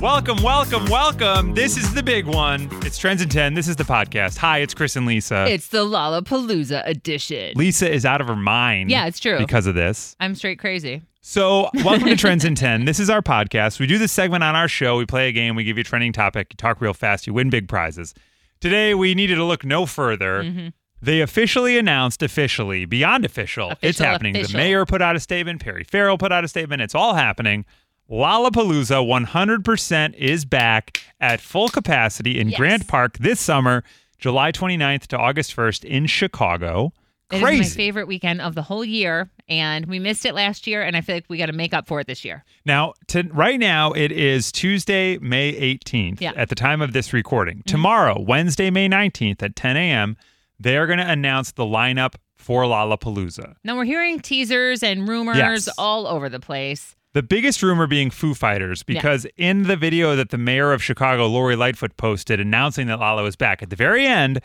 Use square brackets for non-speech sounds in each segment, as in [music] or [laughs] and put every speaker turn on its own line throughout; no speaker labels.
Welcome, welcome, welcome. This is the big one. It's Trends in 10. This is the podcast. Hi, it's Chris and [laughs] Lisa.
It's the Lollapalooza edition.
Lisa is out of her mind.
Yeah, it's true.
Because of this.
I'm straight crazy.
So, welcome to Trends in 10. This is our podcast. We do this segment on our show. We play a game, we give you a trending topic, you talk real fast, you win big prizes. Today, we needed to look no further.
Mm-hmm.
They officially announced, officially, beyond official, it's
Official,
happening. The
official.
mayor put out a statement, Perry Farrell put out a statement. It's all happening. Lollapalooza 100% is back at full capacity in
Yes.
Grant Park this summer, July 29th to August 1st in Chicago.
It is
Crazy.
my favorite weekend of the whole year, and we missed it last year, and I feel like we got to make up for it this year.
Now, to, right now, it is Tuesday, May 18th
Yeah.
at the time of this recording. Tomorrow, Wednesday, May 19th at 10 a.m., they are going to announce the lineup for Lollapalooza.
Now we're hearing teasers and rumors
Yes.
all over the place.
The biggest rumor being Foo Fighters, because in the video that the mayor of Chicago, Lori Lightfoot, posted announcing that Lala was back, at the very end,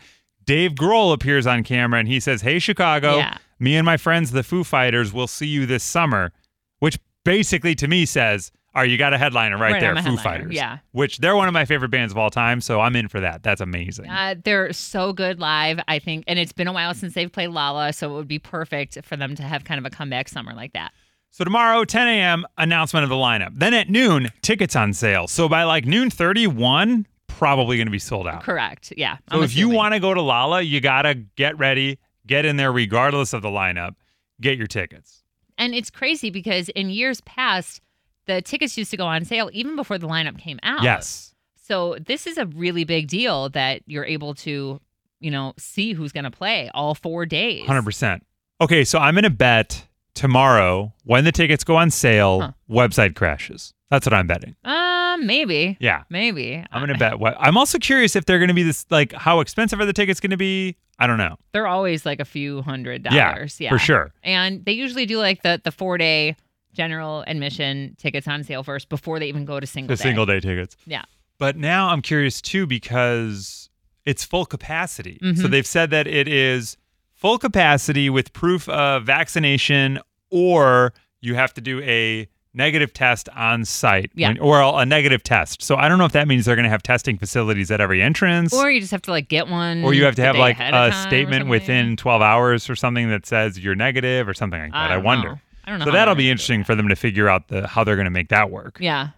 Dave Grohl appears on camera and he says, Hey, Chicago,
Yeah.
me and my friends, the Foo Fighters, will see you this summer, which basically to me says, All right, you got a headliner right,
Right,
there,
I'm a
Foo
headliner,
Fighters.
yeah.
Which they're one of my favorite bands of all time, so I'm in for that. That's amazing.
Uh, they're so good live, I think, and it's been a while since they've played Lala, so it would be perfect for them to have kind of a comeback summer like that.
So tomorrow, 10 a.m., announcement of the lineup. Then at noon, tickets on sale. So by like noon 31, probably going to be sold out.
Correct. Yeah.
So
I'm
if you
assuming.
want to go to Lala, you gotta get ready, get in there regardless of the lineup, get your tickets.
And it's crazy because in years past, the tickets used to go on sale even before the lineup came out.
Yes.
So this is a really big deal that you're able to, you know, see who's going to play all four days.
Hundred percent. Okay, so I'm gonna bet tomorrow when the tickets go on sale,
Huh.
website crashes. That's what I'm betting.
Um, maybe,
Yeah.
maybe.
I'm gonna bet what I'm also curious if they're gonna be this like how expensive are the tickets gonna be? I don't know.
They're always like a few hundred
Yeah,
dollars. Yeah,
For sure.
And they usually do like the the four day general admission tickets on sale first before they even go to single.
The
day.
single day tickets.
Mm-hmm. Yeah.
But now I'm curious too because it's full capacity. So
Mhm.
they've said that it is full capacity with proof of vaccination, or you have to do a negative test on site
Yeah.
when- or a negative test. So I don't know if that means they're going to have testing facilities at every entrance.
Or you just have to like get one.
or you have to
the
have
day
like
ahead of
a
time or
statement
something.
within 12 hours or something that says you're negative or something like that. I,
don't
wonder.
know. I don't know.
So
how they're
that'll be
gonna do
interesting for them to figure out the how they're going to make that work.
it. Yeah,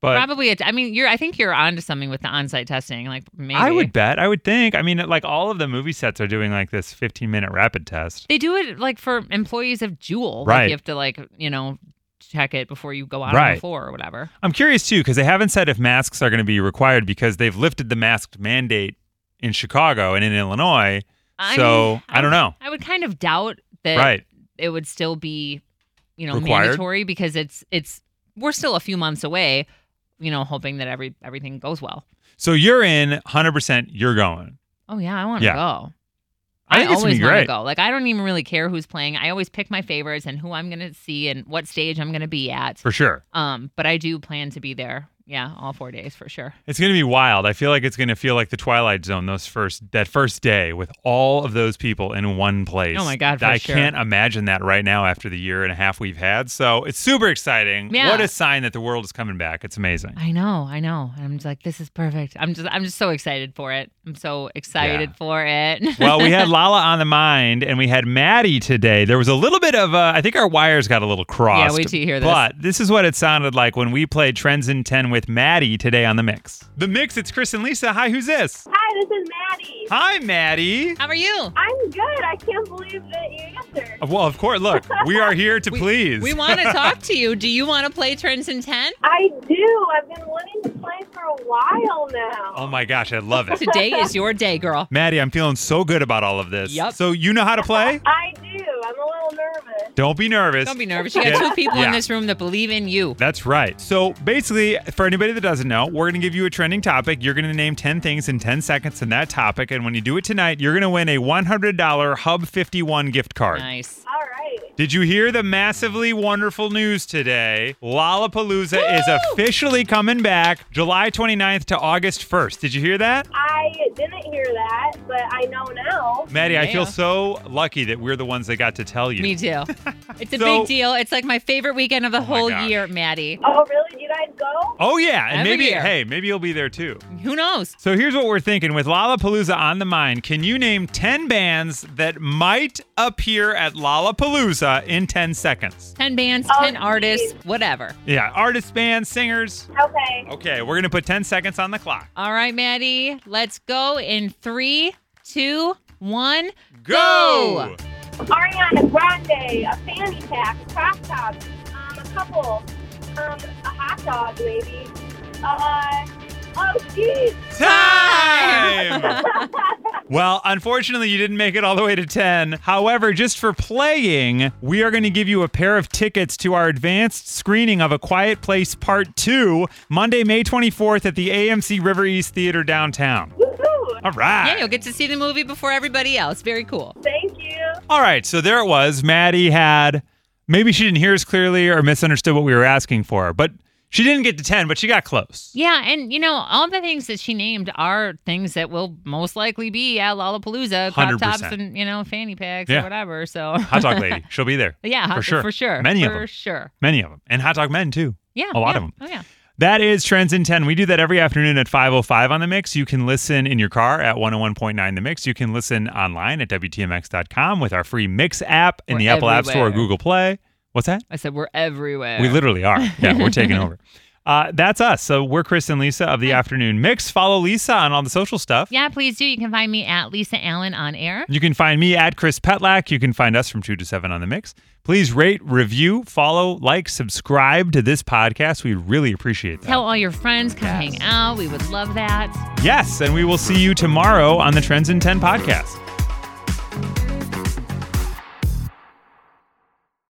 But
probably. It's, I mean, you're. I think you're onto something with the on-site testing. Like maybe
I would bet. I would think. I mean, like all of the movie sets are doing like this 15 minute rapid test.
They do it like for employees of Jewel.
Right.
Like you have to like, you know, check it before you go out on
Right.
the floor or whatever.
I'm curious too, because they haven't said if masks are going to be required because they've lifted the masked mandate in Chicago and in Illinois.
I
so
mean,
I don't know.
I would kind of doubt that
Right.
it would still be, you know,
Required?
mandatory because it's it's we're still a few months away, you know, hoping that every everything goes well.
So you're in 100%, you're going.
Oh yeah, I want to
Yeah.
go.
I think it's gonna
always
be
wanna
great.
go. Like I don't even really care who's playing. I always pick my favorites and who I'm gonna see and what stage I'm gonna be at.
For sure.
Um, but I do plan to be there. Yeah, all four days for sure.
It's going to be wild. I feel like it's going to feel like the Twilight Zone those first that first day with all of those people in one place.
Oh my God, for
I
sure.
can't imagine that right now after the year and a half we've had. So it's super exciting.
Yeah.
What a sign that the world is coming back. It's amazing.
[laughs] I know, I know. I'm just like, this is perfect. I'm just, I'm just so excited for it. I'm so excited
Yeah.
for it. [laughs]
well, we had Lala on the mind, and we had Maddie today. There was a little bit of, uh, I think our wires got a little crossed.
wait till you hear this.
But this is what it sounded like when we played Trends in 10 with Maddie today on The Mix. The Mix, it's Chris and Lisa. Hi, who's this?
Hi, this is Maddie.
Hi, Maddie.
How
[laughs]
are you?
I'm good. I can't believe that you answered.
Well, of course, look, we are here to please.
[laughs] We want to talk to you. Do you want to play Trends in 10?
I do. I've been wanting to play for a while
oh
now.
my gosh, I love
[laughs]
it.
Today is your
[laughs]
day, girl.
Maddie, I'm feeling so good about all of this.
Yep.
So, you know how to play?
I do. I'm a little nervous.
Don't be nervous.
Don't be nervous. You got
Yeah.
two people
Yeah.
in this room that believe in you.
That's right. So basically, for anybody that doesn't know, we're going to give you a trending topic. You're going to name 10 things in 10 seconds in that topic. And when you do it tonight, you're going to win a $100 Hub 51 gift card.
Nice.
All right.
Did you hear the massively wonderful news today? Lollapalooza is officially coming back July 29th to August 1st. Did you hear that?
I I didn't hear that, but I know now.
Maddie, I
Yeah.
feel so lucky that we're the ones that got to tell you.
Me too.
[laughs]
It's a
So-
big deal. It's like my favorite weekend of the
Oh my
whole
gosh.
year, Maddie.
Oh, really? Do you guys go?
Oh yeah, and
Every
maybe
year.
hey, maybe you'll be there too.
Who knows?
So here's what we're thinking with Lollapalooza on the mind. Can you name 10 bands that might appear at Lollapalooza in 10 seconds?
10 bands,
Oh,
10 artists,
geez.
whatever.
Yeah, artists, bands, singers.
Okay.
Okay, we're going to put 10 seconds on the clock.
All right, Maddie, let's go in three, two, one.
Go!
Ariana Grande, a fanny pack, crop tops, um, a couple, um, a hot dog maybe. Uh, oh, jeez.
Time! well, unfortunately, you didn't make it all the way to 10. However, just for playing, we are going to give you a pair of tickets to our advanced screening of A Quiet Place Part 2, Monday, May 24th at the AMC River East Theater downtown.
Woohoo!
All right.
Yeah, you'll get to see the movie before everybody else. Very cool.
Thank you.
All right, so there it was. Maddie had maybe she didn't hear us clearly or misunderstood what we were asking for, but she didn't get to 10, but she got close.
Yeah, and you know, all the things that she named are things that will most likely be at Lollapalooza, crop
100%.
tops and, you know, fanny packs
Yeah.
or whatever. So
Hot dog lady, she'll be there.
[laughs] Yeah,
for sure.
For sure.
Many of
for
them.
sure.
Many of them. And hot dog men too.
Yeah.
A lot
yeah.
of 'em.
Oh yeah.
That is Trends in 10. We do that every afternoon at 5:05 on the Mix. You can listen in your car at 101.9 The Mix. You can listen online at wtmx.com with our free Mix app in
We're
the Apple App Store or
everywhere.
Google Play. What's that?
I said we're everywhere.
We literally
[laughs]
are. Yeah, we're taking over. Uh, that's us. So we're Chris and Lisa of the Afternoon Mix. Follow Lisa on all the social stuff.
yeah, please do. You can find me at Lisa Allen on air.
You can find me at Chris Petlack. You can find us from 2 to 7 on the mix. Please rate, review, follow, like, subscribe to this podcast. We really appreciate that.
Tell all your friends, come hang out. We would love that.
Yes, and we will see you tomorrow on the Trends in 10 podcast.